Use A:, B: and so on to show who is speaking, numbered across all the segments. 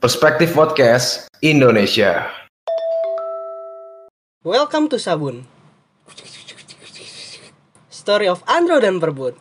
A: Perspektif Podcast Indonesia.
B: Welcome to Sabun. Story of Andro dan Perbut.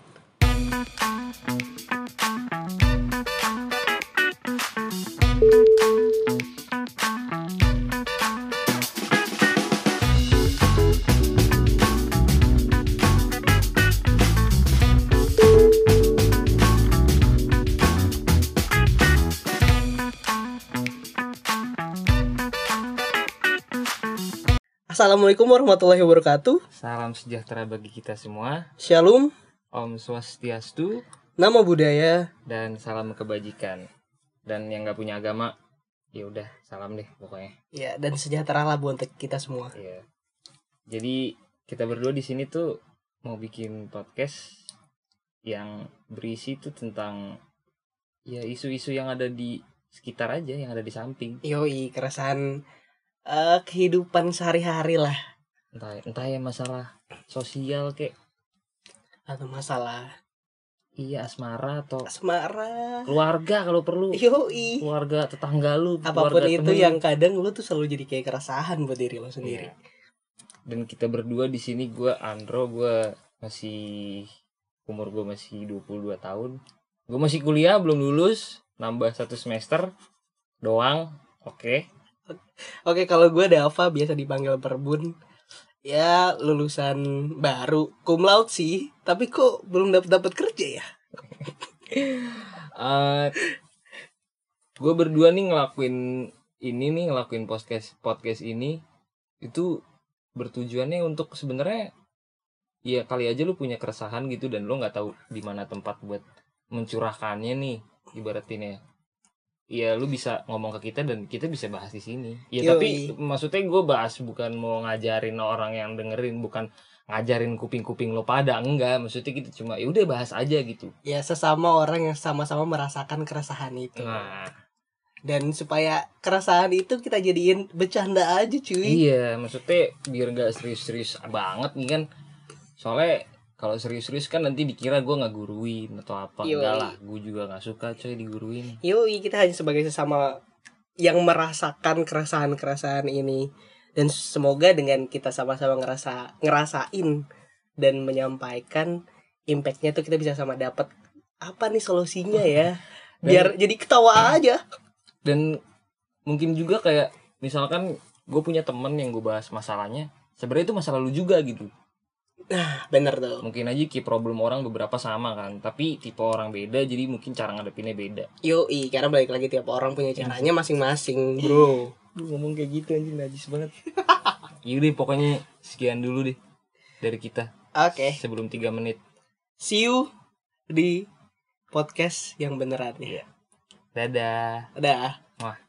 B: Assalamualaikum warahmatullahi wabarakatuh.
C: Salam sejahtera bagi kita semua.
B: Shalom,
C: Om Swastiastu
B: nama budaya.
C: dan salam kebajikan. Dan yang nggak punya agama, ya udah salam deh pokoknya.
B: Ya, dan sejahteralah buat kita semua.
C: Iya. Jadi kita berdua di sini tuh mau bikin podcast yang berisi tuh tentang ya isu-isu yang ada di sekitar aja, yang ada di samping.
B: Yoi, keresahan eh, kehidupan sehari-hari lah
C: Entah entah ya masalah sosial kayak
B: atau masalah
C: iya asmara atau
B: asmara.
C: keluarga kalau perlu.
B: Yoi.
C: Keluarga tetangga lu,
B: Iya. Apapun
C: keluarga
B: itu
C: temen lu.
B: yang kadang lu tuh selalu jadi kayak keresahan buat diri lo sendiri.
C: Iya. Dan kita berdua di sini gue Andro, gue masih umur gue masih 22 tahun. Gue masih kuliah belum lulus, nambah satu semester doang. Oke.
B: Oke, kalau gue Dava biasa dipanggil Perbun. Ya, lulusan baru cum laude sih, tapi kok belum dapat dapat kerja ya?
C: Eh, gue berdua nih ngelakuin ini nih ngelakuin podcast podcast ini itu bertujuannya untuk sebenarnya ya kali aja lu punya keresahan gitu dan lu nggak tahu di mana tempat buat mencurahkannya nih ibaratinnya ya lu bisa ngomong ke kita dan kita bisa bahas di sini ya
B: Yoi.
C: tapi maksudnya gue bahas bukan mau ngajarin orang yang dengerin bukan ngajarin kuping-kuping lo pada enggak maksudnya kita cuma ya udah bahas aja gitu
B: Ya sesama orang yang sama-sama merasakan keresahan itu.
C: nah
B: Dan supaya keresahan itu kita jadiin bercanda aja, cuy.
C: Iya, maksudnya biar nggak serius-serius banget nih kan. Soalnya kalau serius-serius kan nanti dikira gue nggak guruin atau apa.
B: Yoi.
C: Enggak lah, gue juga nggak suka coy diguruin.
B: Yoi, kita hanya sebagai sesama yang merasakan keresahan-keresahan ini. Dan semoga dengan kita sama-sama ngerasa ngerasain dan menyampaikan impactnya tuh kita bisa sama dapat apa nih solusinya ya. Biar jadi ketawa aja.
C: Dan mungkin juga kayak misalkan gue punya temen yang gue bahas masalahnya. Sebenarnya itu masalah lu juga gitu.
B: Bener tuh.
C: Mungkin aja key problem orang beberapa sama kan, tapi tipe orang beda jadi mungkin cara ngadepinnya beda.
B: Yoi, karena balik lagi tiap orang punya caranya masing-masing, bro.
C: Lu ngomong kayak gitu anjing najis banget. Yaudah pokoknya sekian dulu deh dari kita
B: Oke,
C: sebelum 3 menit.
B: see you di podcast yang beneran ya.
C: Dadah.
B: Dadah.
C: Wah.